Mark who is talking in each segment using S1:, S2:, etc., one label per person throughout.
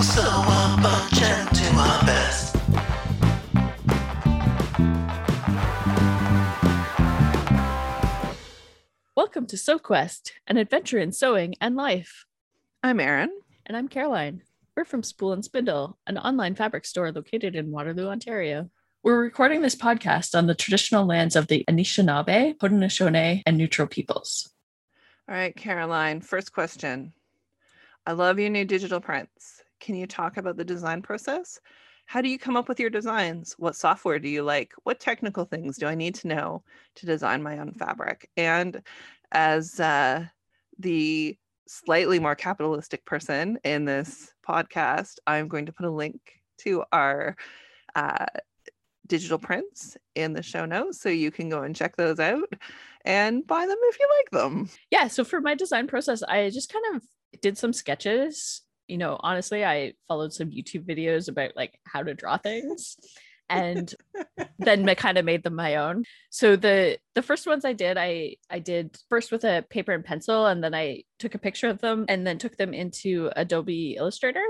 S1: So I'm bunching to my best.
S2: Welcome to SewQuest, an adventure in sewing and life.
S3: I'm Erin.
S2: And I'm Caroline. We're from Spool and Spindle, an online fabric store located in Waterloo, Ontario. We're recording this podcast on the traditional lands of the Anishinaabe, Haudenosaunee, and Neutral peoples.
S3: All right, Caroline, first question. I love your new digital prints. Can you talk about the design process? How do you come up with your designs? What software do you like? What technical things do I need to know to design my own fabric? And as uh, the slightly more capitalistic person in this podcast, I'm going to put a link to our uh, digital prints in the show notes so you can go and check those out and buy them if you like them.
S2: Yeah, so for my design process, I just kind of did some sketches. You know, honestly, I followed some YouTube videos about like how to draw things and then I kind of made them my own. So the the first ones I did, I I did first with a paper and pencil and then I took a picture of them and then took them into Adobe Illustrator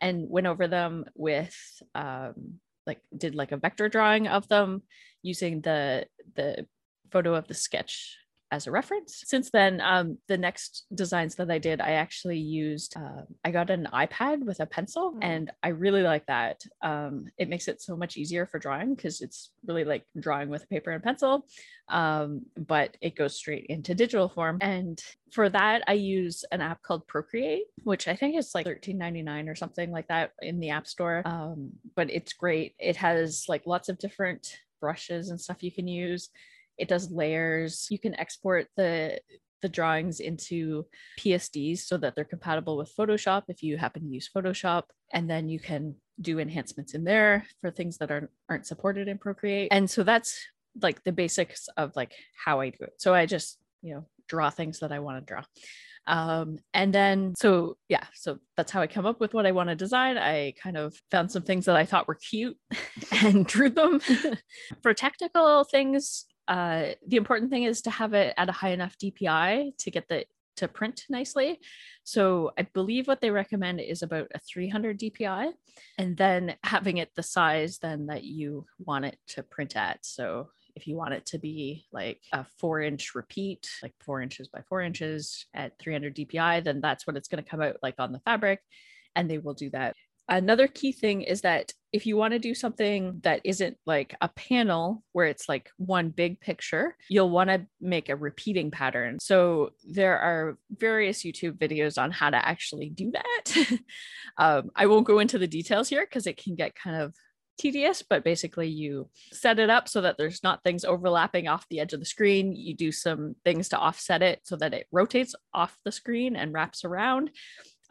S2: and went over them with um like did like a vector drawing of them using the the photo of the sketch as a reference. Since then, um, the next designs that I did, I actually used, uh, I got an iPad with a pencil,
S3: Mm.
S2: and I really like that. Um, it makes it so much easier for drawing because it's really like drawing with paper and pencil, um, but it goes straight into digital form. And for that, I use an app called Procreate, which I think is like $13.99 or something like that in the App Store. Um, but it's great. It has like lots of different brushes and stuff you can use it does layers you can export the the drawings into psds so that they're compatible with photoshop if you happen to use photoshop and then you can do enhancements in there for things that aren't aren't supported in procreate and so that's like the basics of like how i do it so i just you know draw things that i want to draw um and then so yeah so that's how i come up with what i want to design i kind of found some things that i thought were cute and drew them for technical things uh the important thing is to have it at a high enough dpi to get the to print nicely so i believe what they recommend is about a 300 dpi and then having it the size then that you want it to print at so if you want it to be like a four inch repeat like four inches by four inches at 300 dpi then that's what it's going to come out like on the fabric and they will do that another key thing is that if you want to do something that isn't like a panel where it's like one big picture, you'll want to make a repeating pattern. So there are various YouTube videos on how to actually do that. um, I won't go into the details here because it can get kind of tedious, but basically you set it up so that there's not things overlapping off the edge of the screen. You do some things to offset it so that it rotates off the screen and wraps around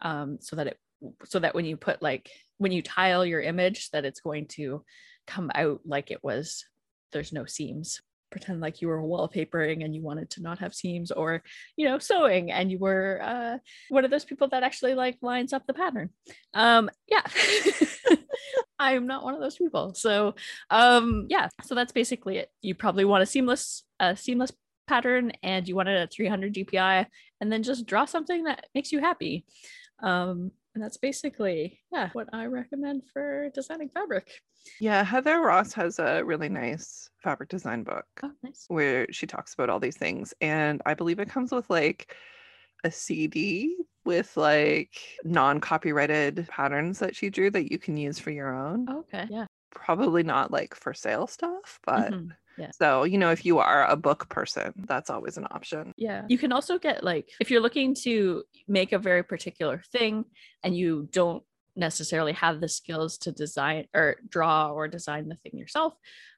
S2: um, so that it so that when you put like when you tile your image that it's going to come out like it was there's no seams pretend like you were wallpapering and you wanted to not have seams or you know sewing and you were uh, one of those people that actually like lines up the pattern um yeah i'm not one of those people so um yeah so that's basically it you probably want a seamless a seamless pattern and you want it at 300 dpi and then just draw something that makes you happy um, and that's basically yeah what I recommend for designing fabric.
S3: Yeah, Heather Ross has a really nice fabric design book
S2: Oh, nice.
S3: where she talks about all these things. And I believe it comes with like a CD with like non copyrighted patterns that she drew that you can use for your own.
S2: Okay. Yeah.
S3: Probably not like for sale stuff, but
S2: Mhm. yeah.
S3: so, you know, if you are a book person, that's always an option.
S2: Yeah. You can also get like if you're looking to make a very particular thing and you don't necessarily have the skills to design or draw or design the thing yourself,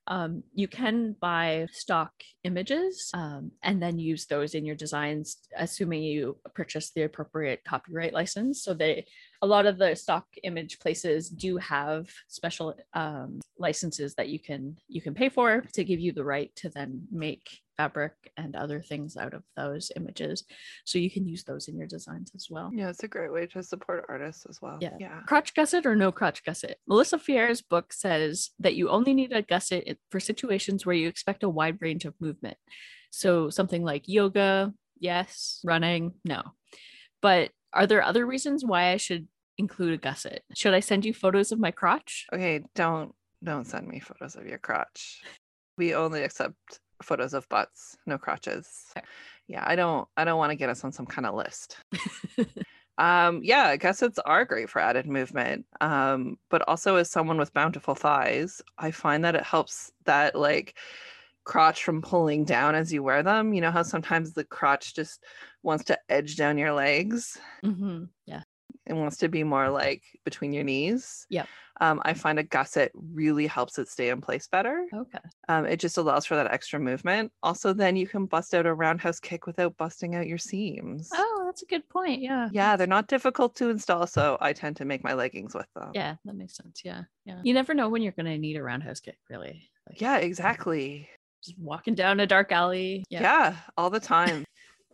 S2: um, you can buy stock images um, and then use those in your designs, assuming you purchase the appropriate copyright license. So they a lot of the stock image places do have special um, licenses that you can you can pay for to give you the right to then make fabric and other things out of those images so you can use those in your designs as well
S3: Yeah, it's a great way to support artists as well.
S2: Oh. Yeah.
S3: Yeah.
S2: crotch gusset or no crotch gusset melissa fierre's book says that you only need a gusset i- for situations where you expect a wide range of movement so something like yoga yes running no but are there other reasons why i should include a gusset. Should I send you photos of my crotch?
S3: Okay, don't don't send me photos of your crotch. We only accept photos of butts, no crotches.
S2: Okay.
S3: Yeah, I don't I don't want to get us on some kind of list. um yeah, gussets are great for added movement. Um but also as someone with bountiful thighs, I find that it helps that like crotch from pulling down as you wear them. You know how sometimes the crotch just wants to edge down your legs? Mm-hmm.
S2: hmm Yeah.
S3: it wants to be more like between your knees.
S2: Yep.
S3: Um, I find a gusset really helps it stay in place better.
S2: Okay.
S3: Um, it just allows for that extra movement. Also, then you can bust out a roundhouse kick without busting out your seams.
S2: Oh, that's a good point. Yeah.
S3: Yeah, they're not difficult to install, so I tend to make my leggings with them.
S2: Yeah, that makes sense. Yeah. Yeah. You never know when you're gonna need a roundhouse kick, really. Like,
S3: Yeah, exactly.
S2: Just walking down a dark alley.
S3: Yeah, all the time.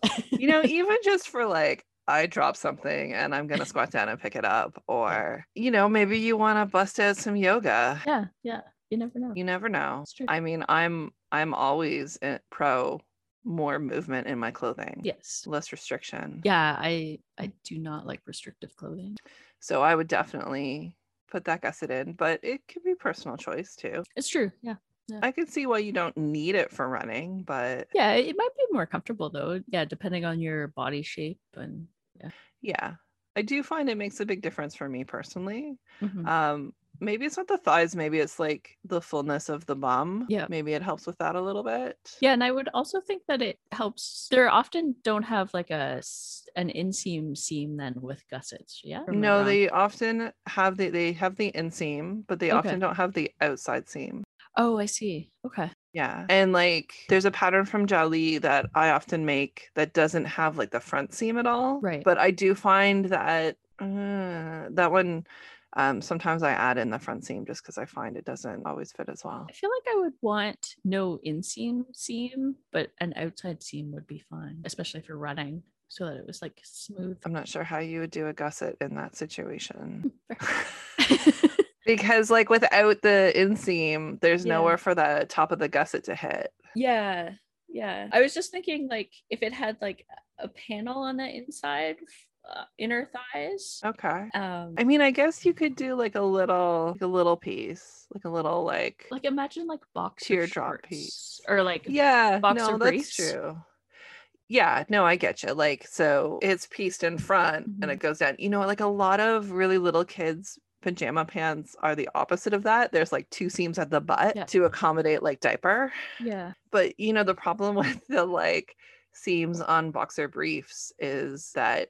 S3: you know, even just for like, I drop something and I'm going to squat down and pick it up. Or, you know, maybe you want to bust out some yoga.
S2: Yeah. Yeah. You never know.
S3: You never know.
S2: It's true.
S3: I mean, I'm I'm always uh, pro more movement in my clothing.
S2: yes.
S3: Less restriction.
S2: Yeah. I I do not like restrictive clothing.
S3: So I would definitely put that gusset in, but it could be personal choice too.
S2: It's true. Yeah.
S3: I can see why you don't need it for running, but
S2: Yeah. It might be more comfortable though. Yeah, depending on your body shape and
S3: yeah. I do find it makes a big difference for me personally.
S2: Mhm.
S3: Um maybe it's not the thighs, maybe it's like the fullness of the bum.
S2: Yeah.
S3: Maybe it helps with that a little bit.
S2: Yeah, and I would also think that it helps. There often don't have like a s- an inseam seam then with gussets. Yeah. Or am I
S3: No,
S2: wrong?
S3: they often have the they have the inseam, but they
S2: Okay.
S3: often don't have the outside seam.
S2: Oh, I see. Okay.
S3: Yeah. And like there's a pattern from Jali that I often make that doesn't have like the front seam at all.
S2: Right.
S3: But I do find that uh, that one um sometimes I add in the front seam just because I find it doesn't always fit as well.
S2: I feel like I would want no inseam seam, but an outside seam would be fine, especially if you're running, so that it was like smooth.
S3: I'm not sure how you would do a gusset in that
S2: Mm.
S3: situation.
S2: Fair.
S3: Um, because like without the inseam, there's
S2: Yeah.
S3: nowhere for the top of the gusset to hit.
S2: yeah. Yeah. I was just thinking like if it had like a panel on the inside uh, inner thighs.
S3: Okay.
S2: Um
S3: I mean, I guess you could do like a little like a little piece, like a little like,
S2: like imagine like boxer
S3: Teardrop
S2: shorts
S3: piece.
S2: or like
S3: yeah,
S2: boxer
S3: no,
S2: briefs.
S3: that's true. Yeah, no, I get you. Like, so it's pieced in front
S2: Mm-hmm.
S3: and it goes down. You know, like a lot of really little kids' pajama pants are the opposite of that. There's like two seams at the butt
S2: Yeah.
S3: to accommodate like diaper.
S2: yeah
S3: But you know, the problem with the like seams on boxer briefs is that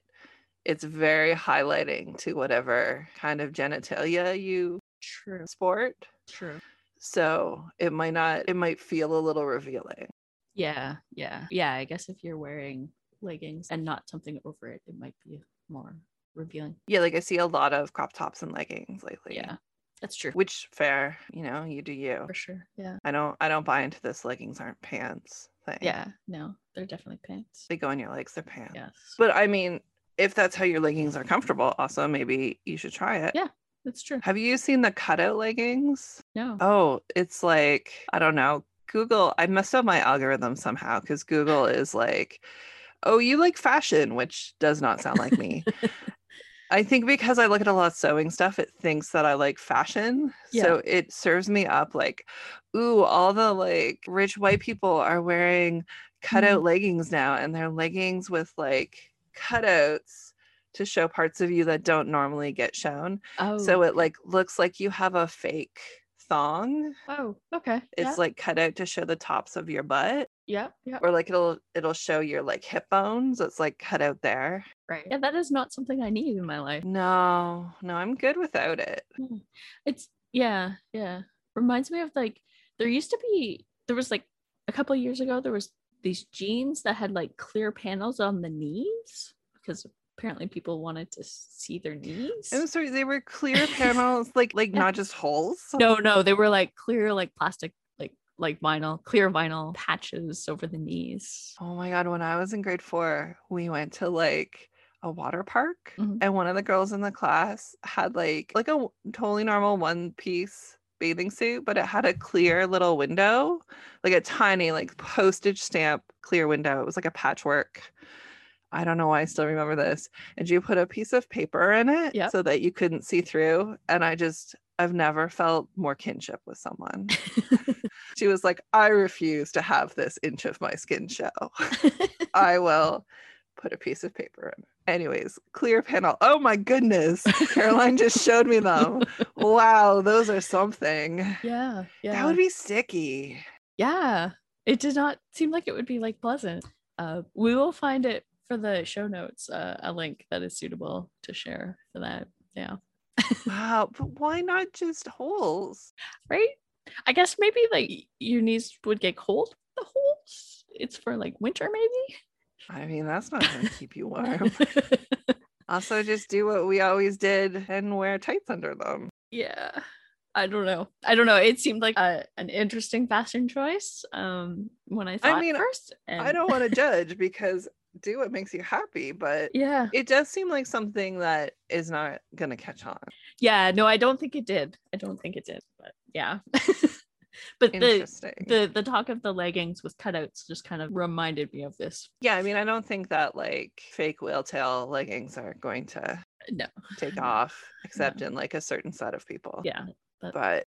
S3: it's very highlighting to whatever kind of genitalia you
S2: true
S3: sport.
S2: true
S3: So it might not, it might feel a little revealing.
S2: yeah yeah yeah i guess if you're wearing leggings and not something over it it might be more revealing
S3: Yeah, like I see a lot of crop tops and leggings lately.
S2: yeah that's true
S3: Which fair, you know, you do you.
S2: for sure yeah
S3: I don't I don't buy into this leggings aren't pants thing.
S2: yeah no they're definitely pants
S3: They go on your legs, they're pants.
S2: yes
S3: But I mean, if that's how your leggings are comfortable, also maybe you should try it.
S2: Yeah. that's true
S3: Have you seen the cutout leggings?
S2: no
S3: Oh, it's like, I don't know. Google, I messed up my algorithm somehow because Google is like, oh, you like fashion, which does not sound like me. I think because I look at a lot of sewing stuff, it thinks that I like fashion. So it serves me up like, ooh, all the like rich white people are wearing cutout leggings now, and they're leggings with like cutouts to show parts of you that don't normally get shown
S2: oh
S3: so it like looks like you have a fake thong
S2: oh okay
S3: it's like cut out to show the tops of your butt
S2: yeah yeah
S3: or like it'll it'll show your like hip bones it's like cut out there
S2: right yeah that is not something i need in my life
S3: no no i'm good without it
S2: Hmm. It's yeah, yeah. Reminds me of like there used to be there was like a couple years ago there was these jeans that had like clear panels on the knees because apparently people wanted to see their knees.
S3: i'm Oh, sorry they were clear panels like like
S2: Yeah.
S3: not just holes
S2: no, no, they were like clear like plastic like like vinyl, clear vinyl patches over the knees.
S3: oh my god when i was in grade four we went to like a water park
S2: Mhm.
S3: and one of the girls in the class had like like a w- totally normal one piece bathing suit but it had a clear little window like a tiny like postage stamp clear window it was like a patchwork I don't know why I still remember this. And you put a piece of paper in it
S2: Yep.
S3: so that you couldn't see through. And I just, I've never felt more kinship with someone. she was like, I refuse to have this inch of my skin show. I will put a piece of paper in. Anyways, clear panel. Oh my goodness. Caroline just showed me them. Wow, those are something.
S2: yeah. Yeah.
S3: That would be sticky.
S2: yeah. It did not seem like it would be like pleasant. Uh, we will find it for the show notes uh, a link that is suitable to share for that. Yeah.
S3: Wow, but why not just holes?
S2: Right. I guess maybe like y- your knees would get cold. The holes. It's for like winter, maybe.
S3: I mean, that's not going to keep you warm. also, just do what we always did and wear tights under them.
S2: yeah i don't know i don't know it seemed like a, an interesting fashion choice um when i saw
S3: mean,
S2: it first and
S3: I don't want to judge because do what makes you happy, but
S2: yeah
S3: it does seem like something that is not going to catch on.
S2: yeah no i don't think it did i don't think it did but yeah but the
S3: Interesting.
S2: the the talk of the leggings with cutouts just kind of reminded me of this
S3: yeah, I mean, I don't think that like fake whale tail leggings are going to
S2: no
S3: take off except in like a certain set of people.
S2: yeah
S3: But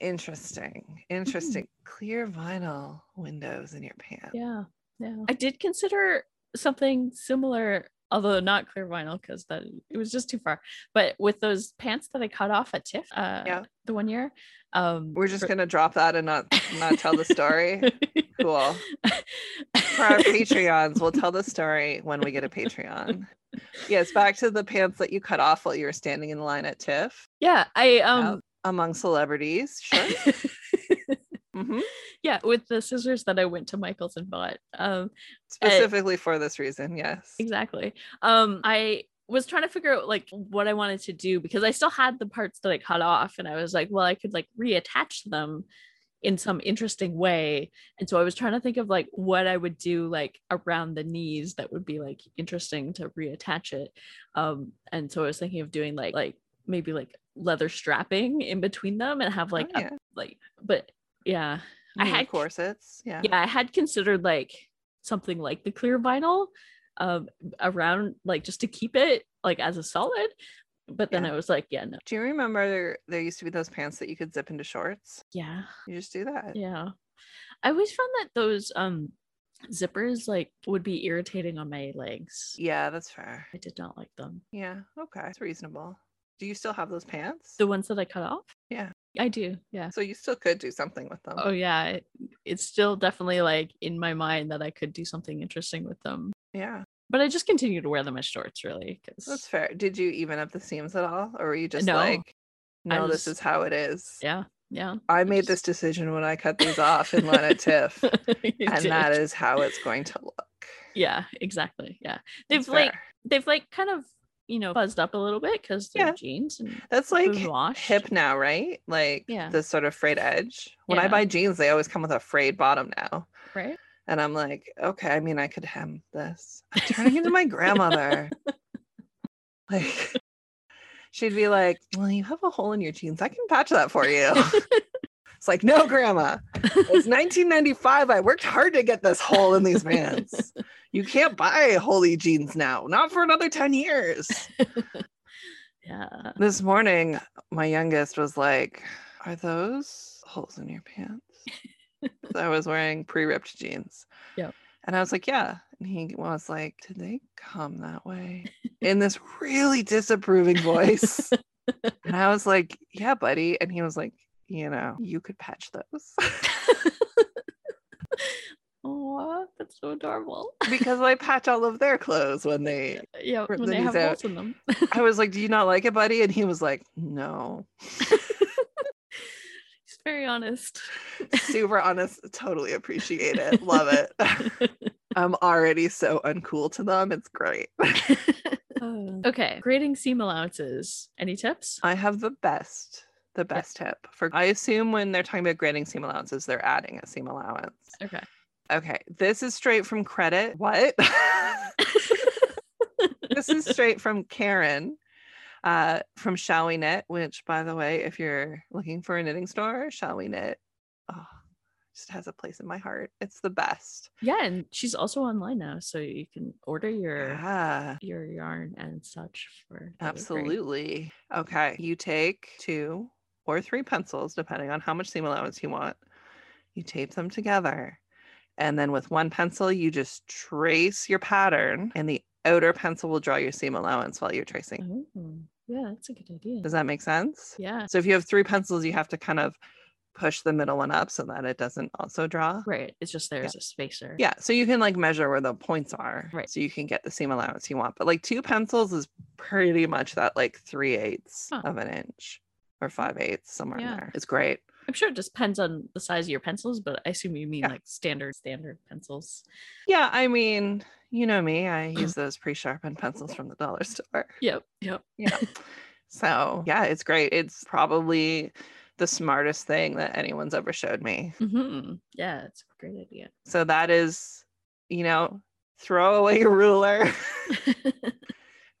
S3: interesting, interesting. Clear vinyl windows in your pants.
S2: yeah yeah i did consider something similar although not clear vinyl because that it was just too far but with those pants that i cut off at tiff uh
S3: Yeah.
S2: the one year um
S3: We're just
S2: for-
S3: going to drop that and not not tell the story. Cool. for our Patreons. We'll tell the story when we get a Patreon. Yes, back to the pants that you cut off while you were standing in line at TIFF
S2: yeah, I um
S3: among celebrities. Sure.
S2: Uh,
S3: Mhm.
S2: yeah, with the scissors that I went to Michael's and bought. Um
S3: Specifically for this reason. Yes.
S2: exactly. Um I was trying to figure out like what I wanted to do because I still had the parts that I cut off and I was like, well, I could like reattach them in some interesting way. And so I was trying to think of like what I would do like around the knees that would be like interesting to reattach it. Um and so I was thinking of doing like like maybe like leather strapping in between them and have like
S3: oh,
S2: a
S3: yeah.
S2: like but yeah I
S3: I
S2: had-
S3: corsets. Yeah.
S2: yeah i had considered like something like the clear vinyl um around like just to keep it like as a solid but then
S3: Yeah.
S2: i was like yeah no
S3: Do you remember there, there used to be those pants that you could zip into shorts?
S2: yeah
S3: You just do that.
S2: yeah i always found that those um zippers like would be irritating on my legs
S3: Yeah, that's fair.
S2: i did not like them
S3: Yeah. Okay. It's reasonable. Do you still have those pants?
S2: the ones that i cut off
S3: Yeah.
S2: i do yeah
S3: So you still could do something with them.
S2: oh yeah it- it's still definitely like in my mind that i could do something interesting with them
S3: yeah.
S2: but i just continue to wear them as shorts really
S3: That's
S2: because
S3: fair. Did you even up the seams at all? Or were you just
S2: No.
S3: like,
S2: I
S3: no, this
S2: just-
S3: is how it is?
S2: yeah yeah
S3: I made this decision when I cut these off in line at TIFF,
S2: You
S3: and
S2: did.
S3: that is how it's going to look.
S2: yeah exactly yeah they've
S3: It's
S2: like
S3: fair.
S2: they've like kind of you know buzzed up a little bit because they're
S3: Yeah.
S2: jeans and
S3: that's
S2: like
S3: like
S2: washed.
S3: hip now, right? Like
S2: Yeah.
S3: this sort of frayed edge. When I
S2: Yeah.
S3: buy jeans, they always come with a frayed bottom now,
S2: right
S3: and I'm like, okay, I mean, I could hem this. I'm turning into my grandmother. Like, she'd be like, "Well, you have a hole in your jeans. I can patch that for you." It's like, no, grandma. It's 1995. I worked hard to get this hole in these pants. You can't buy holy jeans now, not for another 10 years.
S2: yeah
S3: This morning, my youngest was like, Are those holes in your pants? 'Cause I was wearing pre ripped jeans.
S2: Yep.
S3: And I was like, Yeah. And he was like, Did they come that way? In this really disapproving voice. and I was like, Yeah, buddy. And he was like, You know, you could patch those.
S2: oh that's so adorable
S3: because I patch all of their clothes when they.
S2: yeah
S3: Rip
S2: when
S3: the
S2: they
S3: knees
S2: have
S3: out.
S2: holes in them
S3: I was like, "Do you not like it, buddy?" And he was like, "No."
S2: he's very honest
S3: Super honest. Totally appreciate it. Love it. I'm already so uncool to them. It's great.
S2: Uh, okay grading seam allowances any tips
S3: I have the best, the best tip for. I assume when they're talking about grading seam allowances, they're adding a seam allowance.
S2: okay
S3: Okay, this is straight from credit. What? this is straight from Karen uh, from Shall We Knit, which, by the way, if you're looking for a knitting store, Shall We Knit, oh, just has a place in my heart. It's the best.
S2: Yeah, and she's also online now, so you can order your
S3: Yeah.
S2: your yarn and such for delivery.
S3: Absolutely. Okay. You take two or three pencils, depending on how much seam allowance you want. You tape them together. And then with one pencil, you just trace your pattern, and the outer pencil will draw your seam allowance while you're tracing.
S2: Oh, yeah, that's a good idea.
S3: Does that make sense?
S2: yeah,
S3: So if you have three pencils, you have to kind of push the middle one up so that it doesn't also draw.
S2: right. It's just there's a spacer.
S3: Yeah, so you can like measure where the points are,
S2: Right.
S3: So you can get the seam allowance you want. But like two pencils is pretty much that like three eighths
S2: Huh.
S3: of an inch or five eighths somewhere
S2: Yeah.
S3: in there. It's great.
S2: I'm sure it just depends on the size of your pencils, but I assume you mean
S3: Yeah.
S2: like standard standard pencils.
S3: Yeah, I mean, you know me, I use those pre-sharpened pencils from the dollar store.
S2: Yep. Yep.
S3: Yeah. so yeah, it's great. It's probably the smartest thing that anyone's ever showed me.
S2: hmm Yeah, it's a great idea.
S3: So that is, you know, throw away your ruler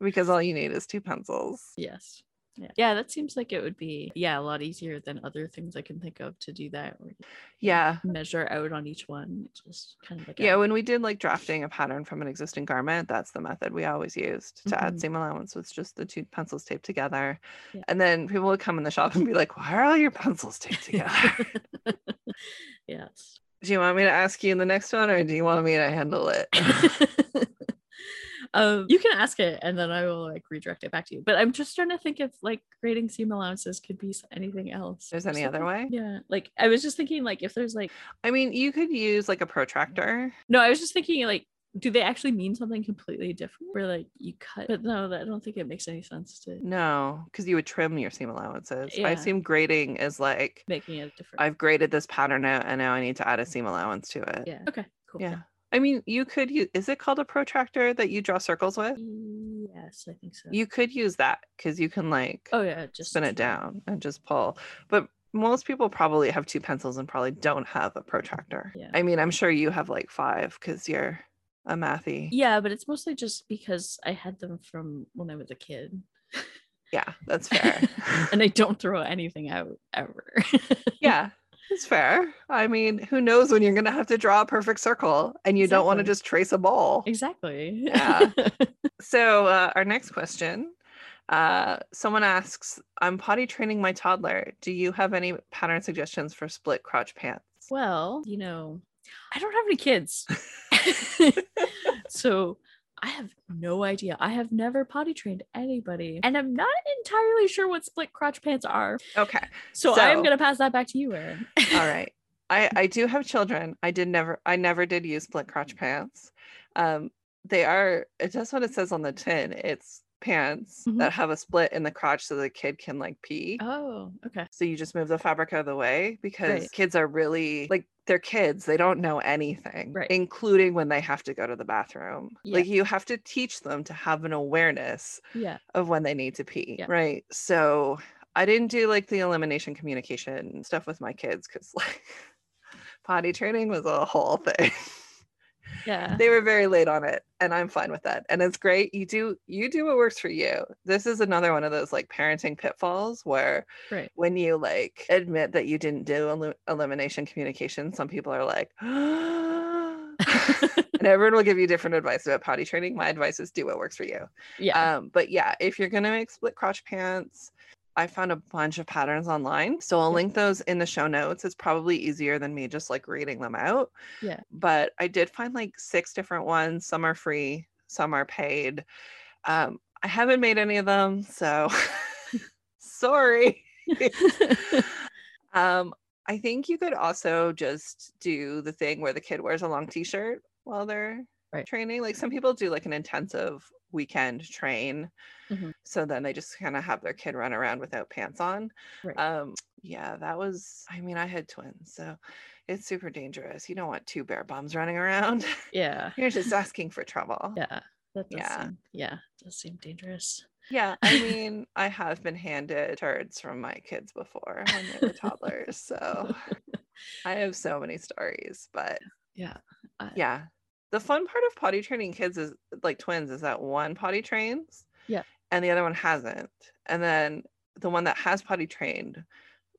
S3: because all you need is two pencils.
S2: yes. Yeah. yeah, that seems like it would be yeah a lot easier than other things I can think of to do that. Or
S3: Yeah.
S2: measure out on each one. It's just kind of like a-
S3: Yeah, when we did like drafting a pattern from an existing garment, that's the method we always used to
S2: Mhm.
S3: add seam allowance was just the two pencils taped together.
S2: Yeah.
S3: And then people would come in the shop and be like, Why are all your pencils taped together?
S2: yes.
S3: do you want me to ask you the next one or do you want me to handle it?
S2: um, you can ask it and then I will like redirect it back to you. But I'm just trying to think if like grading seam allowances could be s- anything else.
S3: There's
S2: Just
S3: any other
S2: looking-
S3: way?
S2: Yeah. Like I was just thinking like if there's like
S3: I mean, you could use like a protractor.
S2: no, I was just thinking like do they actually mean something completely different? Where like you cut but no, that- I don't think it makes any sense to
S3: No, because you would trim your seam allowances.
S2: Yeah.
S3: I assume grading is like
S2: making it different.
S3: I've graded this pattern out and now I need to add a seam allowance to it.
S2: yeah. Okay, cool.
S3: Yeah. I mean, you could use, is it called a protractor that you draw circles with?
S2: Yes, I think so.
S3: You could use that because you can like
S2: oh yeah, just
S3: spin it down and just pull. But most people probably have two pencils and probably don't have a protractor.
S2: Yeah.
S3: I mean, I'm sure you have like five because you're a mathy.
S2: Yeah, but it's mostly just because I had them from when I was a kid.
S3: Yeah, that's fair.
S2: and I don't throw anything out ever.
S3: yeah, it's fair. I mean, who knows when you're going to have to draw a perfect circle and you don't want to
S2: Exactly.
S3: just trace a ball.
S2: exactly.
S3: Yeah. So, uh, our next question uh, someone asks, I'm potty training my toddler. Do you have any pattern suggestions for split crotch pants?
S2: well, you know, I don't have any kids. so I have no idea. I have never potty trained anybody. And I'm not entirely sure what split crotch pants are.
S3: Okay.
S2: So, I am
S3: So-
S2: going to pass that back to you, Erin.
S3: All right. I, I do have children. I did never, I never did use split crotch pants. Um, they are it's just what it says on the tin. It's pants
S2: Mhm.
S3: that have a split in the crotch so the kid can like pee.
S2: oh, okay.
S3: So you just move the fabric out of the way because
S2: Right.
S3: kids are really like they're kids. They don't know anything,
S2: Right.
S3: including when they have to go to the bathroom.
S2: Yeah.
S3: Like you have to teach them to have an awareness
S2: Yeah.
S3: of when they need to pee.
S2: Yeah.
S3: Right. So I didn't do like the elimination communication stuff with my kids because like potty training was a whole thing.
S2: Yeah.
S3: they were very late on it and i'm fine with that and it's great you do you do what works for you this is another one of those like parenting pitfalls where
S2: Right.
S3: when you like admit that you didn't do elu- elimination communication some people are like and everyone will give you different advice about potty training my advice is do what works for you
S2: yeah.
S3: um, but yeah, if you're gonna make split crotch pants, I found a bunch of patterns online, so I'll
S2: Yeah.
S3: link those in the show notes. It's probably easier than me just like reading them out.
S2: Yeah.
S3: But I did find like six different ones. Some are free, some are paid. Um, I haven't made any of them, so sorry. um, I think you could also just do the thing where the kid wears a long t-shirt while they're
S2: Right.
S3: training. Like some people do like an intensive weekend train.
S2: Mhm.
S3: So then they just kind of have their kid run around without pants on.
S2: Right.
S3: Um yeah, that was I mean, I had twins, so it's super dangerous. You don't want two bare bums running around.
S2: yeah.
S3: You're just asking for trouble.
S2: Yeah. That does
S3: Yeah.
S2: Seem, yeah. Does seem dangerous.
S3: Yeah, I mean, I have been handed turds from my kids before when they were toddlers. So I have so many stories, but
S2: Yeah. I-
S3: yeah. The fun part of potty training kids is like twins is that one potty trains.
S2: Yeah.
S3: And the other one hasn't. And then the one that has potty trained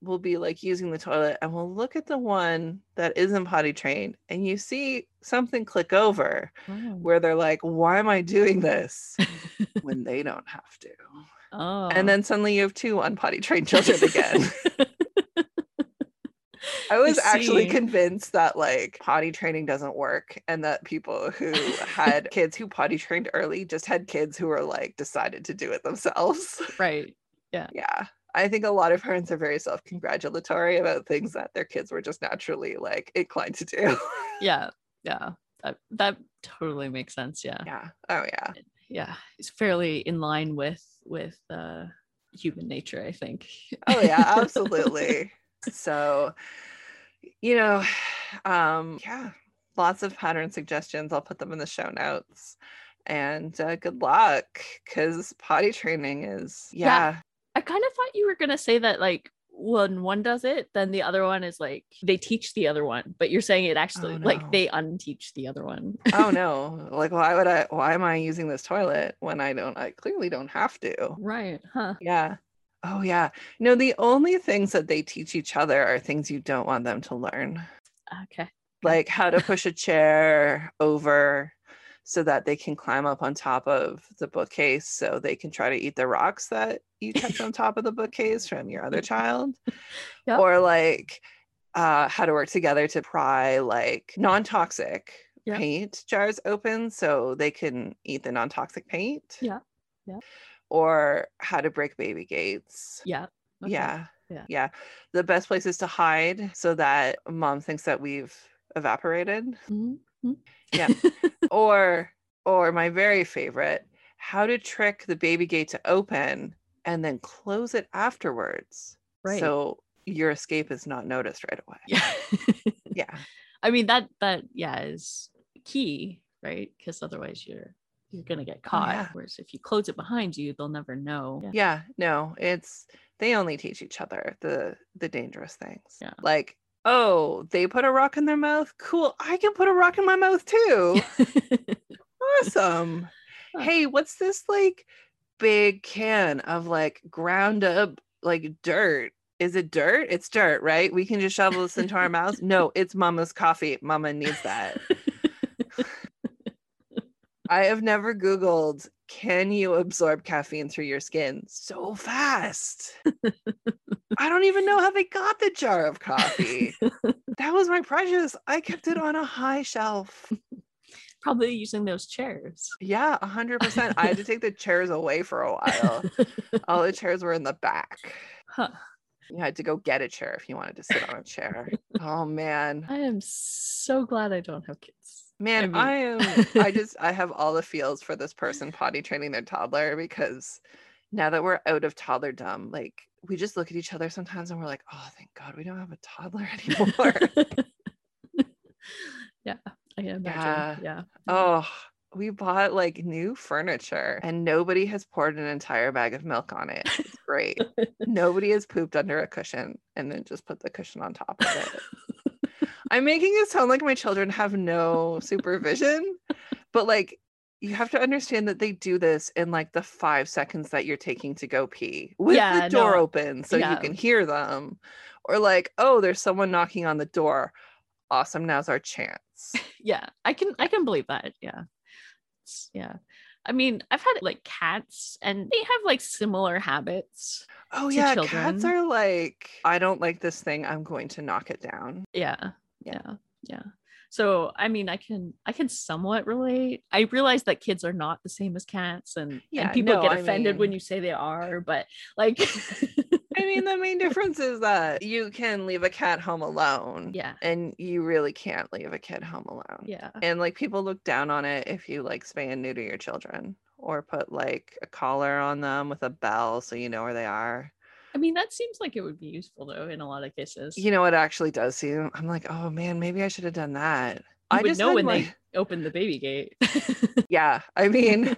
S3: will be like using the toilet and we'll look at the one that isn't potty trained and you see something click over
S2: Oh.
S3: where they're like, why am I doing this when they don't have to?
S2: Oh.
S3: And then suddenly you have two unpotty trained children again. I was actually
S2: see.
S3: convinced that like potty training doesn't work and that people who had kids who potty trained early just had kids who were like decided to do it themselves.
S2: right.
S3: Yeah. I think a lot of parents are very self congratulatory about things that their kids were just naturally like inclined to do.
S2: Yeah. Yeah. That that totally makes sense. Yeah.
S3: yeah. Oh, yeah.
S2: yeah it's fairly in line with with uh human nature i think
S3: Oh, yeah. Absolutely. so, you know, um, yeah, lots of pattern suggestions. I'll put them in the show notes. And uh, good luck because potty training is,
S2: Yeah.
S3: yeah.
S2: i kind of thought you were gonna say that like when one does it then the other one is like they teach the other one but you're saying it actually
S3: Oh, no.
S2: like they unteach the other one
S3: oh, no. Like, why would I, why am I using this toilet when I don't, I clearly don't have to?
S2: right huh
S3: Yeah. Oh, yeah. No, the only things that they teach each other are things you don't want them to learn,
S2: okay
S3: like how to push a chair over so that they can climb up on top of the bookcase so they can try to eat the rocks that you kept on top of the bookcase from your other child.
S2: Yep.
S3: Or like uh, how to work together to pry like non toxic
S2: Yep.
S3: paint jars open so they can eat the non toxic paint.
S2: Yeah. Yeah.
S3: Or how to break baby gates.
S2: yeah okay.
S3: Yeah.
S2: Yeah.
S3: Yeah. The best place is to hide so that mom thinks that we've evaporated.
S2: Mhm.
S3: or or my very favorite, how to trick the baby gate to open and then close it afterwards.
S2: right
S3: So your escape is not noticed right away.
S2: yeah
S3: Yeah.
S2: i mean that that yeah is key right because otherwise you're you're gonna get caught
S3: Oh, yeah.
S2: whereas if you close it behind you they'll never know
S3: yeah. No, it's they only teach each other the the dangerous things.
S2: Yeah.
S3: Like, oh, they put a rock in their mouth. Cool. I can put a rock in my mouth too. awesome.
S2: Huh.
S3: Hey, what's this like big can of like ground up like dirt? Is it dirt? It's dirt, right? We can just shovel this into our mouths. No, it's mama's coffee. Mama needs that. I have never Googled, can you absorb caffeine through your skin so fast? I don't even know how they got the jar of coffee. that was my precious. I kept it on a high shelf.
S2: probably using those chairs.
S3: Yeah, a hundred percent. I had to take the chairs away for a while. All the chairs were in the back.
S2: Huh.
S3: You had to go get a chair if you wanted to sit on a chair. Oh man.
S2: I am so glad I don't have kids.
S3: Man, I,
S2: I
S3: am I just I have all the feels for this person potty training their toddler because now that we're out of toddler dumb, like we just look at each other sometimes and we're like, oh thank God we don't have a toddler anymore.
S2: yeah, I can imagine.
S3: Yeah.
S2: Yeah. yeah.
S3: oh, we bought like new furniture and nobody has poured an entire bag of milk on it. It's great. nobody has pooped under a cushion and then just put the cushion on top of it. I'm making it sound like my children have no supervision, but like you have to understand that they do this in like the five seconds that you're taking to go pee with
S2: Yeah,
S3: the door
S2: no.
S3: open so you
S2: Yeah.
S3: can hear them, or like, oh, there's someone knocking on the door. Awesome, now's our chance.
S2: I can I can believe that. Yeah. It's- yeah. I mean, I've had like cats and they have like similar habits.
S3: Oh,
S2: to
S3: yeah, cats
S2: children.
S3: are like, I don't like this thing. I'm going to knock it down.
S2: Yeah.
S3: Yeah.
S2: Yeah. Yeah. So I mean I can I can somewhat relate. I realize that kids are not the same as cats and,
S3: Yeah,
S2: and people
S3: no,
S2: get
S3: I
S2: offended when
S3: mean-
S2: you say they are, but like
S3: I mean, the main difference is that you can leave a cat home alone.
S2: Yeah.
S3: And you really can't leave a kid home alone.
S2: Yeah.
S3: And like people look down on it if you like spay and neuter your children or put like a collar on them with a bell so you know where they are.
S2: I mean, that seems like it would be useful though in a lot of cases.
S3: You know, it actually does seem, I'm like, oh man, maybe I should have done that.
S2: You
S3: I
S2: would
S3: just
S2: know
S3: had,
S2: when
S3: like-
S2: they open the baby gate.
S3: yeah i mean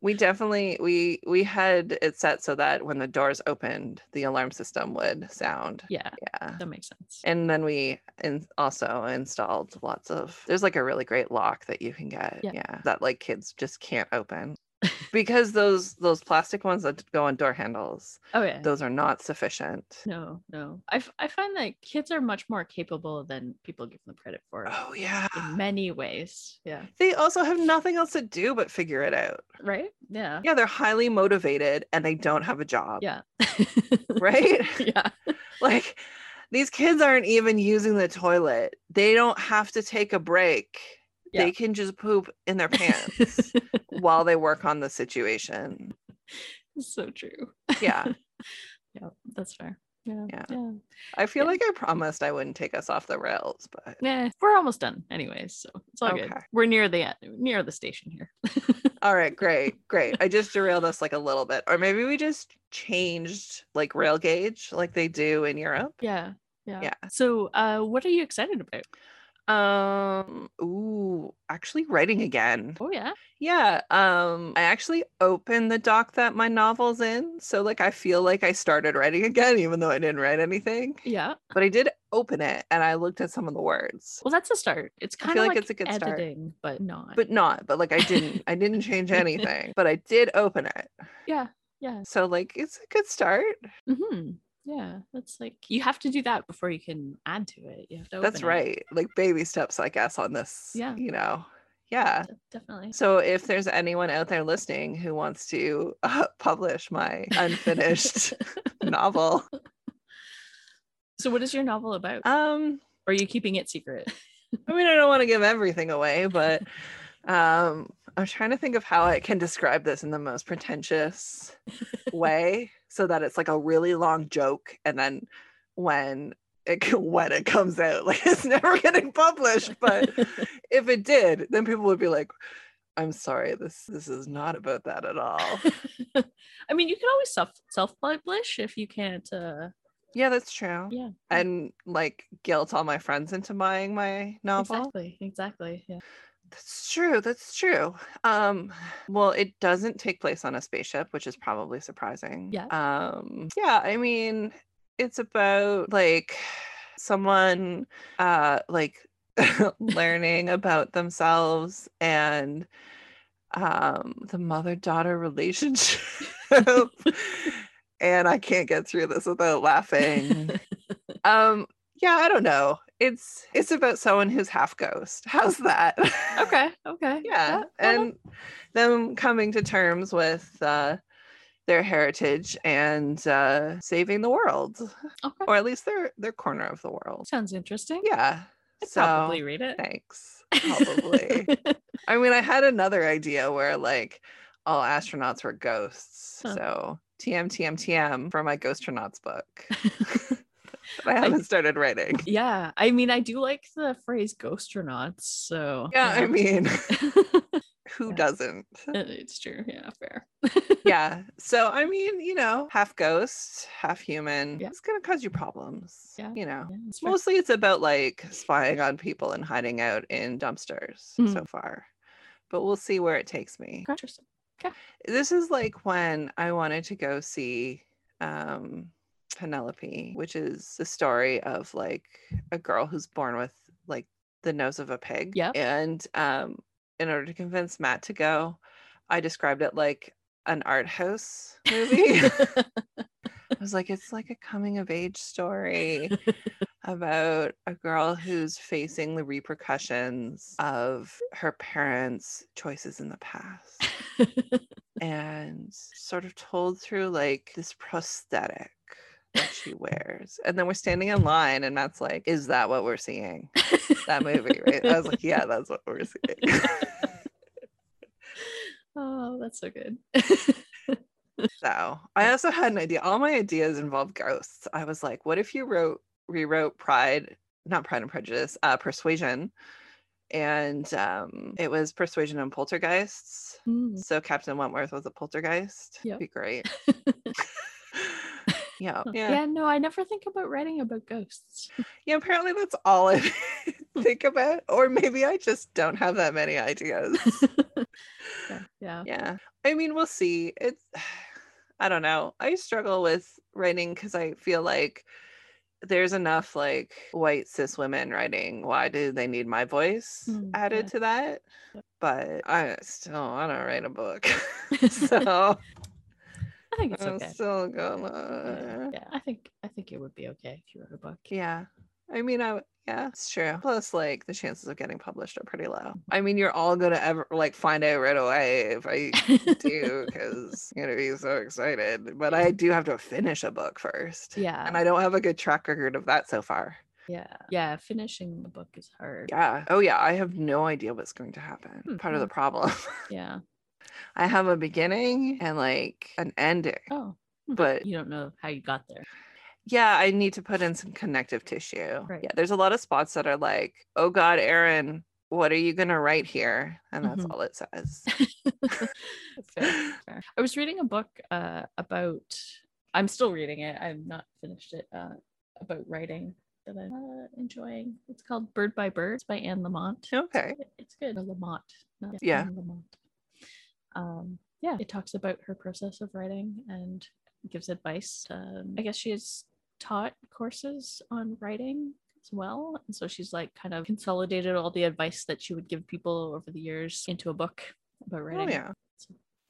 S3: we definitely we we had it set so that when the doors opened the alarm system would sound
S2: yeah,
S3: yeah
S2: that makes sense.
S3: and then we in- also installed lots of there's like a really great lock that you can get yeah,
S2: Yeah.
S3: that like kids just can't open because those those plastic ones that go on door handles,
S2: Oh yeah.
S3: those are not sufficient.
S2: no, no. I, f- I find that kids are much more capable than people give them credit for
S3: Oh yeah.
S2: in many ways. Yeah.
S3: They also have nothing else to do but figure it out.
S2: Right? Yeah.
S3: Yeah, they're highly motivated and they don't have a job.
S2: Uh-huh. Yeah.
S3: Right?
S2: yeah.
S3: like these kids aren't even using the toilet. They don't have to take a break.
S2: Yeah.
S3: They can just poop in their pants while they work on the situation.
S2: so true.
S3: Yeah.
S2: Yeah. That's fair. Yeah.
S3: Yeah.
S2: Yeah.
S3: I feel
S2: Yeah.
S3: like I promised I wouldn't take us off the rails, but
S2: Yeah. We're almost done anyways. So it's all good.
S3: Okay.
S2: We're near the near the station here.
S3: all right, great, great. I just derailed us like a little bit. Or maybe we just changed like rail gauge like they do in Europe.
S2: Yeah. Yeah.
S3: Yeah.
S2: So uh what are you excited about?
S3: Um ooh, actually writing again.
S2: Oh yeah.
S3: Yeah, um I actually opened the doc that my novel's in, so like I feel like I started writing again even though I didn't write anything.
S2: Yeah.
S3: But I did open it and I looked at some of the words.
S2: Well that's a start. It's
S3: I
S2: kind of
S3: feel
S2: like,
S3: like it's a good start.
S2: editing, but not.
S3: But not, but like I didn't I didn't change anything, but I did open it.
S2: yeah. Yeah.
S3: So like it's a good start.
S2: hmm Yeah. That's like you have to do that before you can add to it. You have to
S3: That's
S2: open it.
S3: right. Like baby steps, I guess, on this.
S2: Yeah.
S3: You know. Yeah.
S2: De- Definitely.
S3: So if there's anyone out there listening who wants to uh, publish my unfinished novel,
S2: So what is your novel about?
S3: um,
S2: or are you keeping it secret?
S3: I mean, I don't want to give everything away, but um, I'm trying to think of how I can describe this in the most pretentious way, so that it's like a really long joke, and then when it c- when it comes out, like it's never getting published, but. if it did, then people would be like, "I'm sorry, this this is not about that at all."
S2: I mean, you can always self self publish if you can't. Uh,
S3: yeah, that's true.
S2: yeah,
S3: And like guilt all my friends into buying my novel.
S2: exactly, exactly. Yeah.
S3: That's true. That's true. Um, well, it doesn't take place on a spaceship, which is probably surprising.
S2: Yeah.
S3: Um, yeah. I mean, it's about like someone uh like learning about themselves and um the mother-daughter relationship. and I can't get through this without laughing. um, yeah, I don't know. It's it's about someone who's half ghost. How's that?
S2: okay. Okay.
S3: yeah
S2: well,
S3: and them coming to terms with uh, their heritage and uh, saving the world
S2: Okay.
S3: or at least their their corner of the world
S2: Sounds interesting.
S3: yeah
S2: I'd
S3: so
S2: probably read it.
S3: thanks probably i mean i had another idea where like all astronauts were ghosts
S2: Huh.
S3: so tm tm tm for my ghostronauts book but i haven't started writing
S2: yeah. I mean, I do like the phrase "ghostronauts." So
S3: yeah i mean who
S2: Yeah.
S3: doesn't
S2: it's true. Yeah. Fair.
S3: yeah. So I mean, you know, half ghost, half human.
S2: Yeah.
S3: It's gonna cause you problems.
S2: Yeah.
S3: You know.
S2: Yeah, it's fair.
S3: Mostly it's about like spying on people and hiding out in dumpsters
S2: Mm-hmm.
S3: so far. But we'll see where it takes me.
S2: interesting.
S3: This is like when I wanted to go see um Penelope, which is the story of like a girl who's born with like the nose of a pig.
S2: Yep.
S3: And um in order to convince Matt to go, I described it like an art house movie. I was like, it's like a coming of age story about a girl who's facing the repercussions of her parents' choices in the past and sort of told through like this prosthetic that she wears. And then we're standing in line, and that's like, is that what we're seeing? That movie, right? I was like, yeah, that's what we're seeing.
S2: oh, that's so good.
S3: So I also had an idea. All my ideas involved ghosts. I was like, what if you wrote rewrote Pride, not Pride and Prejudice, uh, Persuasion, and um, it was Persuasion and Poltergeists.
S2: Mm.
S3: So Captain Wentworth was a poltergeist.
S2: Yep.
S3: Be great. yeah,
S2: Huh.
S3: yeah,
S2: No, I never think about writing about ghosts.
S3: yeah. Apparently, that's all I think about, or maybe I just don't have that many ideas.
S2: yeah. Yeah.
S3: yeah i mean we'll see it's i don't know i struggle with writing because i feel like there's enough like white cis women writing why do they need my voice
S2: Mm,
S3: added
S2: yeah.
S3: to that but i still want to write a book so
S2: I think it's
S3: i'm
S2: okay.
S3: still
S2: Yeah,
S3: gonna
S2: yeah, I think I think it would be okay if you wrote a book.
S3: yeah i mean i yeah it's true plus like the chances of getting published are pretty low i mean you're all gonna ever like find out right away if i do because you're gonna be so excited but i do have to finish a book first
S2: yeah,
S3: and i don't have a good track record of that so far
S2: yeah, yeah. Finishing the book is hard.
S3: Yeah. Oh, yeah. I have no idea what's going to happen. Part of the problem.
S2: Yeah.
S3: I have a beginning and like an ending,
S2: Oh,
S3: but
S2: you don't know how you got there.
S3: yeah, I need to put in some connective tissue.
S2: Right.
S3: Yeah. There's a lot of spots that are like, oh God, Aaron, what are you going to write here? And that's
S2: Mhm.
S3: all it says.
S2: Fair, fair. I was reading a book uh, about. I'm still reading it. I've not finished it. Uh, about writing that I'm uh, enjoying. It's called Bird by Birds by Anne Lamont.
S3: okay.
S2: It- It's good. Or Lamont. Not
S3: Yeah.
S2: Anne Lamont. Um, yeah, it talks about her process of writing and gives advice. Um, I guess she has taught courses on writing as well, and so she's like kind of consolidated all the advice that she would give people over the years into a book about writing.
S3: Oh, yeah.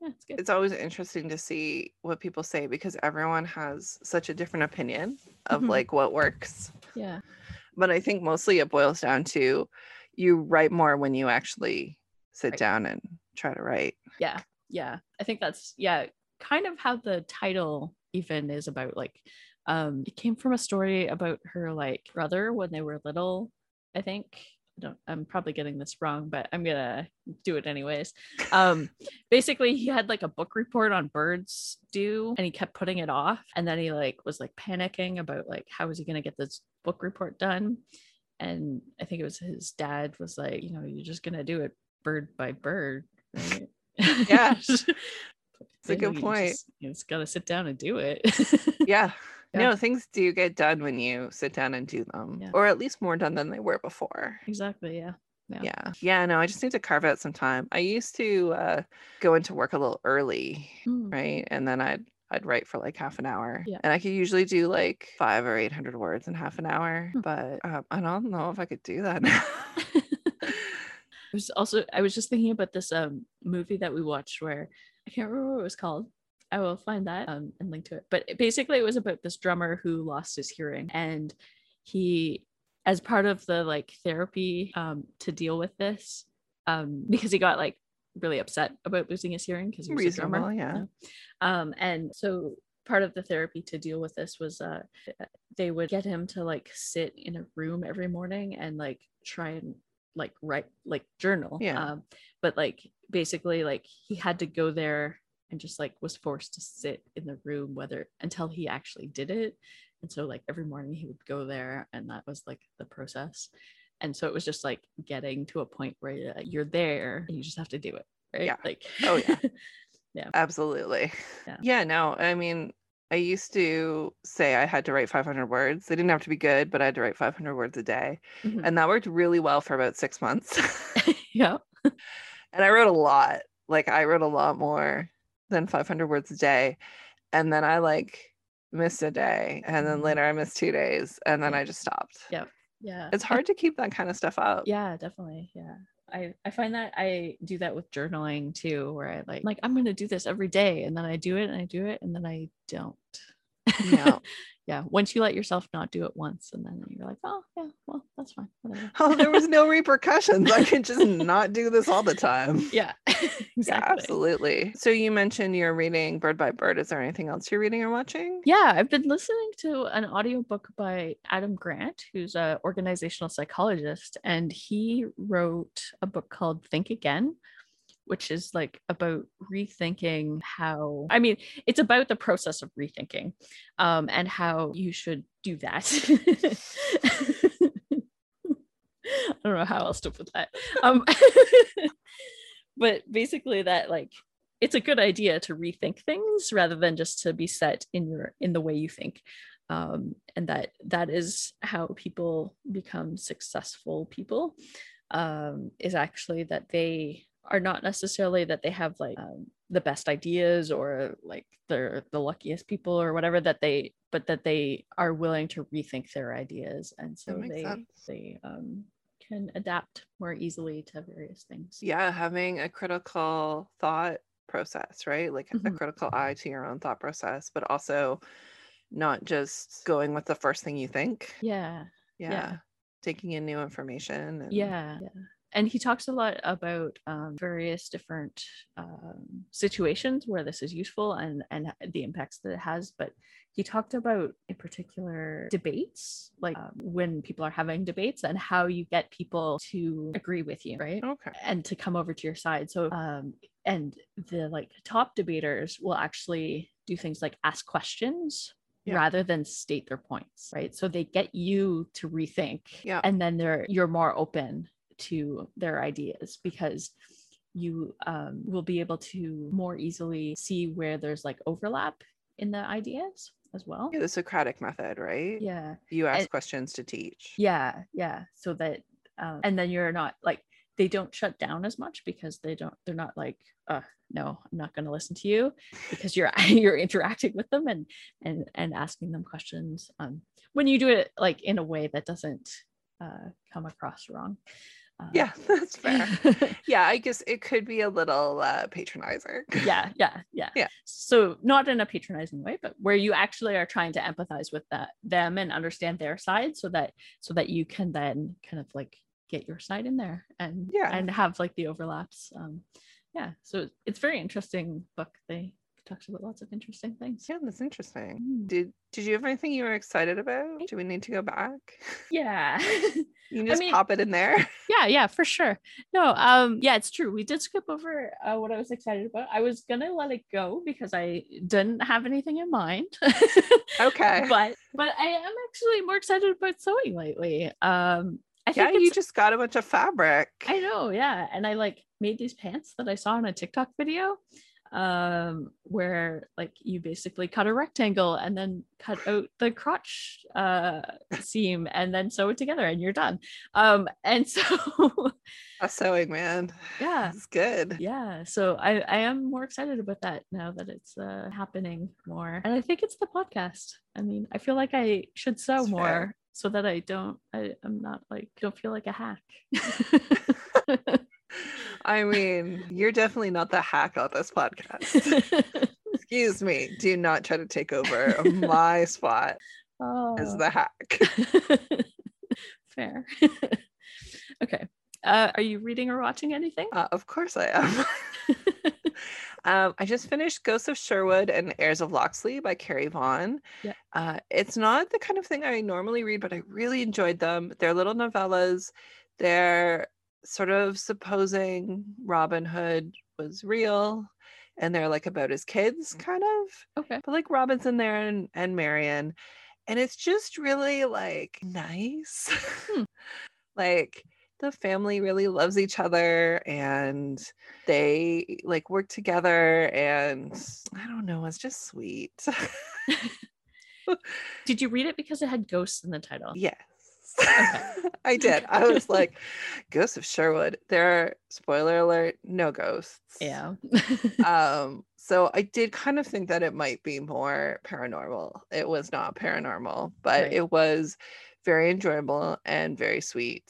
S2: yeah, it's good.
S3: It's always interesting to see what people say because everyone has such a different opinion of
S2: Mhm.
S3: like what works.
S2: yeah,
S3: but I think mostly it boils down to you write more when you actually sit
S2: Right.
S3: down and try to write.
S2: yeah, yeah. I think that's yeah, kind of how the title even is about. Like, um, it came from a story about her like brother when they were little. I think I don't. I'm probably getting this wrong, but I'm gonna do it anyways. Um, basically, he had like a book report on birds due, and he kept putting it off, and then he like was like panicking about like how was he gonna get this book report done. And I think it was his dad was like, you know, you're just gonna do it bird by bird, right?
S3: Yeah. a good
S2: You
S3: point.
S2: just- You just gotta sit down and do it.
S3: Yeah.
S2: Yeah.
S3: No, things do get done when you sit down and do them,
S2: Yeah.
S3: or at least more done than they were before.
S2: exactly. Yeah. Yeah.
S3: Yeah. yeah. No, I just need to carve out some time. I used to uh, go into work a little early,
S2: Mm.
S3: right? And then I'd I'd write for like half an hour,
S2: Yeah.
S3: and I could usually do like five or eight hundred words in half an hour.
S2: Hmm.
S3: But um, I don't know if I could do that now.
S2: I was also I was just thinking about this um movie that we watched where I can't remember what it was called. I will find that um and link to it. But it- basically it was about this drummer who lost his hearing and he as part of the like therapy um to deal with this um because he got like really upset about losing his hearing because he was a drummer.
S3: Reasonable, yeah.
S2: Um and so part of the therapy to deal with this was uh they would get him to like sit in a room every morning and like try and like write like journal
S3: Yeah.
S2: um, but like basically like he had to go there and just like was forced to sit in the room whether until he actually did it and so like every morning he would go there and that was like the process and so it was just like getting to a point where you're, like, you're there and you just have to do it right
S3: Yeah.
S2: like
S3: Oh, yeah. Absolutely.
S2: Yeah.
S3: Yeah. no, I mean, I used to say I had to write 500 words. They didn't have to be good, but I had to write 500 words a day.
S2: Mhm.
S3: And that worked really well for about six months.
S2: yeah
S3: and I wrote a lot. Like, I wrote a lot more than 500 words a day. And then I like missed a day. And then
S2: Mhm.
S3: later I missed two days. And then
S2: Yeah.
S3: I just stopped.
S2: Yeah. yeah
S3: It's hard to keep that kind of stuff up.
S2: yeah definitely yeah I, I find that I do that with journaling too, where I like like I'm gonna do this every day, and then I do it and I do it, and then I don't.
S3: Yeah.
S2: yeah. Once you let yourself not do it once, and then you're like, oh yeah, well that's fine. Whatever.
S3: Oh, there was no repercussions. I could just not do this all the time.
S2: yeah.
S3: Yeah,
S2: exactly.
S3: absolutely. So you mentioned you're reading Bird by Bird. Is there anything else you're reading or watching?
S2: Yeah, I've been listening to an audiobook by Adam Grant, who's an organizational psychologist, and he wrote a book called Think Again, which is like about rethinking how, I mean, it's about the process of rethinking um, and how you should do that. I don't know how else to put that. Um, but basically, that like it's a good idea to rethink things rather than just to be set in your in the way you think um, and that that is how people become successful people um, is actually that they are not necessarily that they have like um, the best ideas or like they're the luckiest people or whatever that they but that they are willing to rethink their ideas and so
S3: makes
S2: they
S3: sense.
S2: they um, can adapt more easily to various things
S3: yeah having a critical thought process right like a
S2: Mhm.
S3: critical eye to your own thought process but also not just going with the first thing you think
S2: yeah
S3: yeah,
S2: yeah.
S3: taking in new information and
S2: yeah, yeah. and he talks a lot about um, various different um, situations where this is useful and and the impacts that it has but he talked about in particular debates like um, when people are having debates and how you get people to agree with you right
S3: okay
S2: and to come over to your side so um and the like top debaters will actually do things like ask questions
S3: Yeah.
S2: rather than state their points right so they get you to rethink
S3: Yeah.
S2: and then they're you're more open to their ideas because you um, will be able to more easily see where there's like overlap in the ideas as well
S3: Yeah, the socratic method right
S2: yeah
S3: you ask
S2: And-
S3: questions to teach
S2: yeah, yeah. So that, um, and then you're not like they don't shut down as much because they don't. They're not like, uh, no, I'm not going to listen to you because you're you're interacting with them and and and asking them questions. Um, when you do it like in a way that doesn't uh, come across wrong. Uh,
S3: yeah that's fair yeah i guess it could be a little uh, patronizing
S2: yeah, yeah, yeah.
S3: Yeah.
S2: So not in a patronizing way, but where you actually are trying to empathize with that them and understand their side so that so that you can then kind of like get your side in there and
S3: Yeah.
S2: and have like the overlaps. Um yeah. So it's very interesting book. They talks about lots of interesting things.
S3: yeah that's interesting
S2: Mm.
S3: did did you have anything you were excited about do we need to go back
S2: Yeah.
S3: you can just
S2: mean-
S3: pop it in there
S2: yeah, yeah, for sure. No, um, yeah, it's true. We did skip over uh, what I was excited about. I was gonna let it go because I didn't have anything in mind.
S3: okay
S2: but but I am actually more excited about sewing lately. Um, I
S3: yeah
S2: think
S3: you
S2: it's,
S3: just got a bunch of fabric
S2: I know, yeah. And I like made these pants that I saw in a TikTok video, um, where like you basically cut a rectangle and then cut out the crotch uh seam and then sew it together and you're done. Um, and so
S3: a sewing man
S2: yeah,
S3: it's good
S2: yeah so i i am more excited about that now that it's uh happening more and i think it's the podcast i mean i feel like i should sew
S3: That's
S2: more
S3: fair.
S2: so that i don't I, i'm not like don't feel like a hack
S3: i mean you're definitely not the hack on this podcast excuse me do not try to take over my spot as
S2: oh.
S3: the hack
S2: fair okay uh are you reading or watching anything
S3: uh, of course i am Uh, Um, I just finished Ghosts of Sherwood and Heirs of Locksley by Carrie Vaughn.
S2: Yeah.
S3: Uh, it's not the kind of thing I normally read, but I really enjoyed them. They're little novellas. They're sort of supposing Robin Hood was real, and they're like about his kids, kind of.
S2: okay
S3: But like Robin's in there and, and Marion. And it's just really like nice.
S2: Hmm.
S3: like the family really loves each other and they like work together. And I don't know, it's just sweet.
S2: did you read it because it had ghosts in the title
S3: yes.
S2: Okay.
S3: I did. I was like, Ghosts of Sherwood. There are, spoiler alert, no ghosts.
S2: yeah
S3: um so i did kind of think that it might be more paranormal it was not paranormal but
S2: Right.
S3: it was very enjoyable and very sweet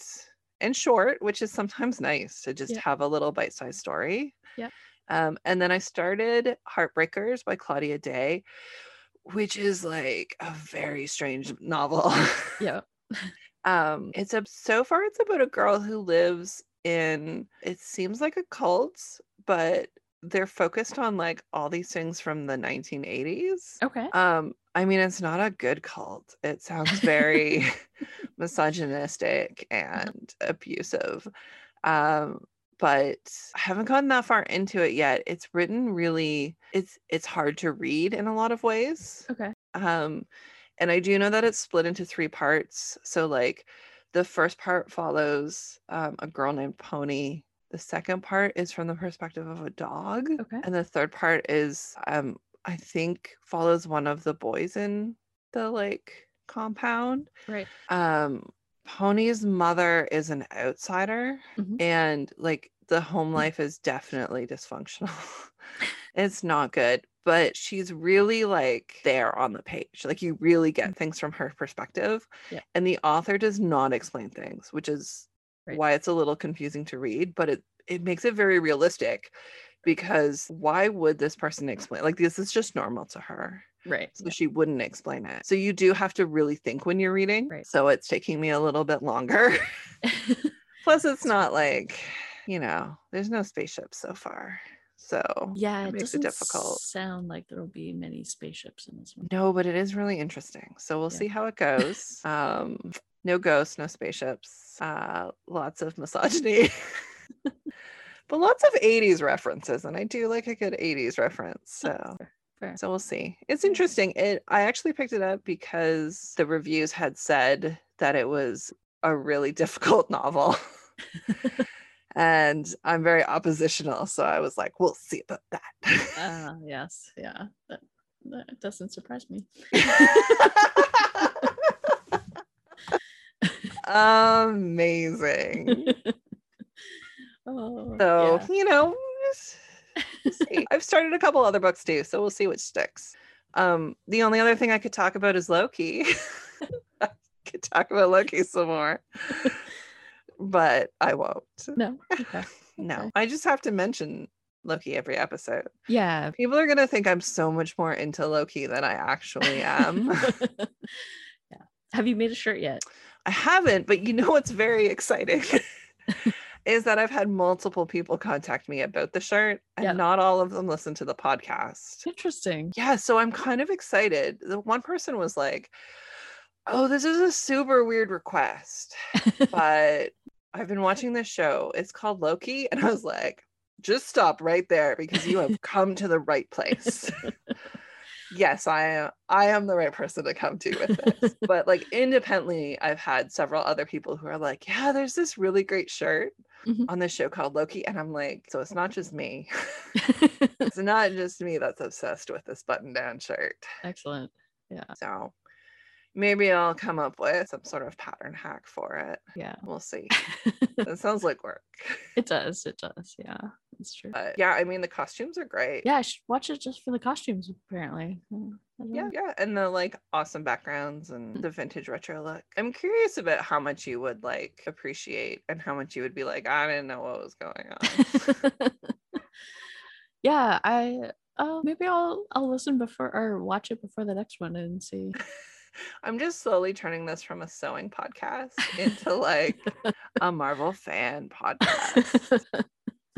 S3: and short which is sometimes nice to just
S2: Yeah.
S3: have a little bite-sized story
S2: Yeah.
S3: um and then i started heartbreakers by claudia day which is like a very strange novel
S2: yeah
S3: um it's a so far it's about a girl who lives in it seems like a cult but they're focused on like all these things from the 1980s
S2: okay
S3: um i mean it's not a good cult it sounds very misogynistic and abusive um but i haven't gotten that far into it yet it's written really it's it's hard to read in a lot of ways
S2: okay
S3: um and i do know that it's split into three parts so like the first part follows um, a girl named pony the second part is from the perspective of a dog
S2: okay
S3: and the third part is um i think follows one of the boys in the like compound
S2: right
S3: um pony's mother is an outsider
S2: Mhm.
S3: and like the home
S2: Mm.
S3: life is definitely dysfunctional. it's not good, but she's really like there on the page. Like you really get things from her perspective.
S2: Mm. Yeah.
S3: And the author does not explain things, which is
S2: Right.
S3: why it's a little confusing to read, but it it makes it very realistic because why would this person explain like this is just normal to her
S2: Right.
S3: so she wouldn't explain it so you do have to really think when you're reading
S2: Right.
S3: so it's taking me a little bit longer Plus, it's not like, you know, there's no spaceships so far. So,
S2: yeah,
S3: It
S2: it
S3: makes
S2: doesn't
S3: it difficult.
S2: sound like there will be many spaceships in this one.
S3: no, but it is really interesting. So, we'll
S2: Yeah.
S3: see how it goes. um, no ghosts, no spaceships, uh, lots of misogyny, but lots of 80s references. And I do like a good 80s reference. So,
S2: Fair.
S3: So we'll see. It's interesting. It I actually picked it up because the reviews had said that it was a really difficult novel. and I'm very oppositional, so I was like, we'll see about that.
S2: Uh, yes. Yeah. That, that doesn't surprise me.
S3: Amazing.
S2: oh,
S3: Mm-hmm. So,
S2: yeah.
S3: you know, we'll see. I've started a couple other books too, so we'll see what sticks. Um, the only other thing I could talk about is Loki. I could talk about Loki some more, but I won't.
S2: no. Okay.
S3: No,
S2: Okay.
S3: I just have to mention Loki every episode.
S2: Yeah.
S3: People are going to think I'm so much more into Loki than I actually am.
S2: yeah. Have you made a shirt yet?
S3: I haven't, but you know what's very exciting is that I've had multiple people contact me about the shirt, and
S2: Yeah.
S3: not all of them listen to the podcast.
S2: Interesting.
S3: Yeah, so I'm kind of excited. The one person was like, "Oh, this is a super weird request, but I've been watching this show. It's called Loki," and I was like, "Just stop right there because you have come to the right place." yes, I am I am the right person to come to with this. But like independently, I've had several other people who are like, "Yeah, there's this really great shirt
S2: Mhm.
S3: on this show called Loki," and I'm like, "So it's not just me." it's not just me that's obsessed with this button down shirt.
S2: Excellent. Yeah.
S3: So maybe I'll come up with some sort of pattern hack for it.
S2: Yeah.
S3: We'll see. That sounds like work.
S2: it does. It does. Yeah. It's true.
S3: But yeah, I mean, the costumes are great.
S2: yeah. I should watch it just for the costumes, apparently. Mm, I don't
S3: Yeah,
S2: know.
S3: yeah, and the like awesome backgrounds and the vintage retro look. I'm curious about how much you would like appreciate and how much you would be like, I didn't know what was going on.
S2: yeah. I, uh, maybe I'll, I'll listen before or watch it before the next one and see.
S3: I'm just slowly turning this from a sewing podcast into like a Marvel fan podcast.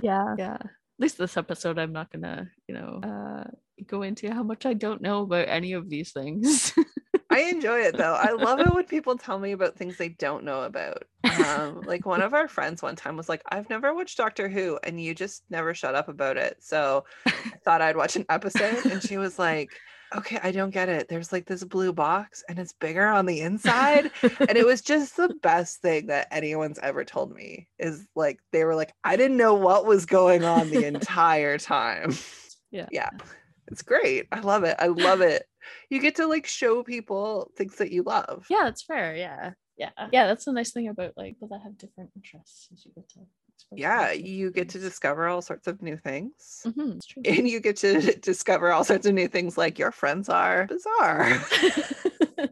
S2: yeah yeah at least this episode i'm not gonna you know uh go into how much i don't know about any of these things
S3: I enjoy it though. I love it when people tell me about things they don't know about. Um, like one of our friends one time was like, I've never watched Doctor Who, and you just never shut up about it. So I thought I'd watch an episode. And she was like, Okay, I don't get it. There's like this blue box and it's bigger on the inside. And it was just the best thing that anyone's ever told me is like, they were like, I didn't know what was going on the entire time.
S2: Yeah.
S3: Yeah. It's great. I love it. I love it you get to like show people things that you love.
S2: yeah that's fair yeah yeah yeah that's the nice thing about like people that have different interests is you get to expose
S3: Yeah, you get to discover all sorts of new things.
S2: hmm it's true
S3: And you get to discover all sorts of new things like your friends are
S2: Mm-hmm.
S3: bizarre.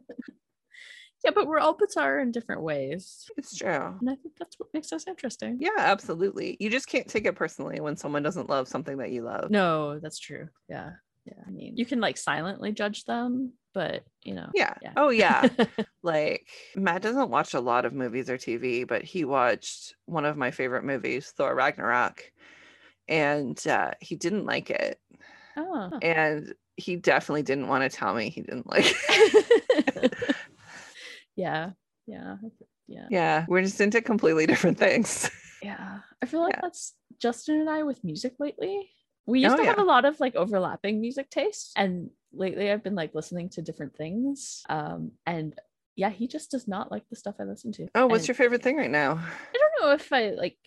S2: yeah but we're all bizarre in different ways
S3: It's true.
S2: and i think that's what makes us interesting
S3: Yeah, absolutely. You just can't take it personally when someone doesn't love something that you love.
S2: no that's true yeah yeah i mean you can like silently judge them but you know
S3: Yeah.
S2: Yeah.
S3: Oh, yeah. like, Matt doesn't watch a lot of movies or TV, but he watched one of my favorite movies, Thor Ragnarok, and uh, he didn't like it.
S2: oh huh.
S3: And he definitely didn't want to tell me he didn't like it.
S2: Oh. yeah, yeah, I fe- yeah,
S3: Yeah, we're just into completely different things.
S2: yeah. I feel like
S3: Yeah.
S2: that's Justin and I with music lately. We used
S3: Oh,
S2: to have a lot of like overlapping music tastes, and lately I've been like listening to different things. Um, and yeah, he just does not like the stuff I listen to.
S3: Oh, what's
S2: And
S3: your favorite thing right now?
S2: I don't know if I like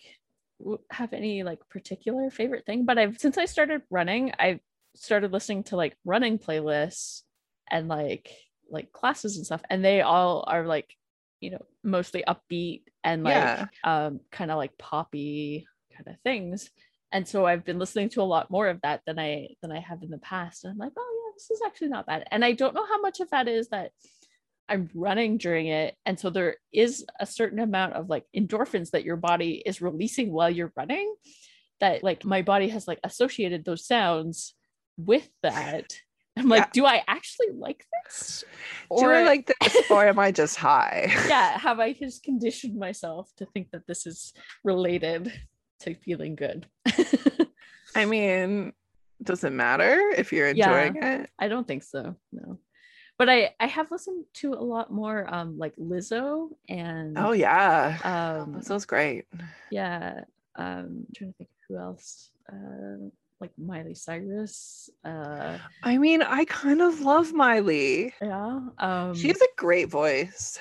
S2: w- have any like particular favorite thing, but I've since I started running, I've started listening to like running playlists and like like classes and stuff, and they all are like you know mostly upbeat and like
S3: Yeah.
S2: um kind of like poppy kind of things. And so I've been listening to a lot more of that than I than I have in the past. And I'm like, oh yeah, this is actually not bad. And I don't know how much of that is that I'm running during it. And so there is a certain amount of like endorphins that your body is releasing while you're running that like my body has like associated those sounds with that. I'm like,
S3: Yeah.
S2: do I actually like this?
S3: Do I like this or am I just high?
S2: yeah, have I just conditioned myself to think that this is related to feeling good?
S3: I mean, does it matter if you're enjoying it?
S2: I don't think so. No. But I I have listened to a lot more um like Lizzo and
S3: Oh yeah.
S2: um
S3: This was great.
S2: yeah um trying to think who else uh like Miley Cyrus uh
S3: I mean, I kind of love Miley.
S2: yeah um
S3: She has a great voice.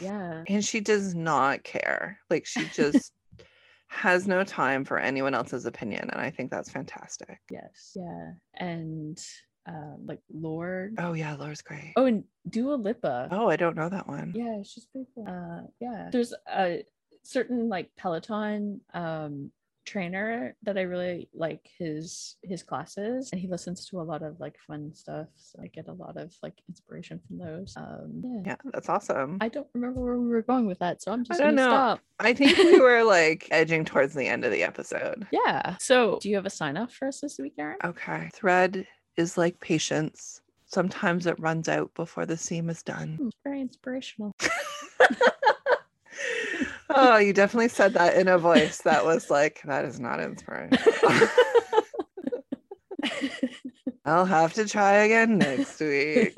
S2: yeah
S3: and she does not care like she just has no time for anyone else's opinion and i think that's fantastic
S2: yes yeah and um like Lord
S3: oh yeah laura's great oh,
S2: oh and Dua Lipa
S3: i don't know that one
S2: Yeah, she's pretty cool. Uh, yeah, there's a certain like Peloton um trainer that I really like his his classes, and he listens to a lot of like fun stuff. So I get a lot of like inspiration from those. Um, yeah.
S3: yeah that's awesome i,
S2: I don't remember where we were going with that, so I'm just
S3: don't
S2: gonna
S3: know.
S2: stop.
S3: think we were like edging towards the end of the episode
S2: Yeah. So, do you have a sign off for us this week, Erin?
S3: Uh okay thread is like patience sometimes it runs out before the seam is done
S2: Hmm, Very inspirational.
S3: oh you definitely said that in a voice that was like that is not inspiring i'll have to try again next week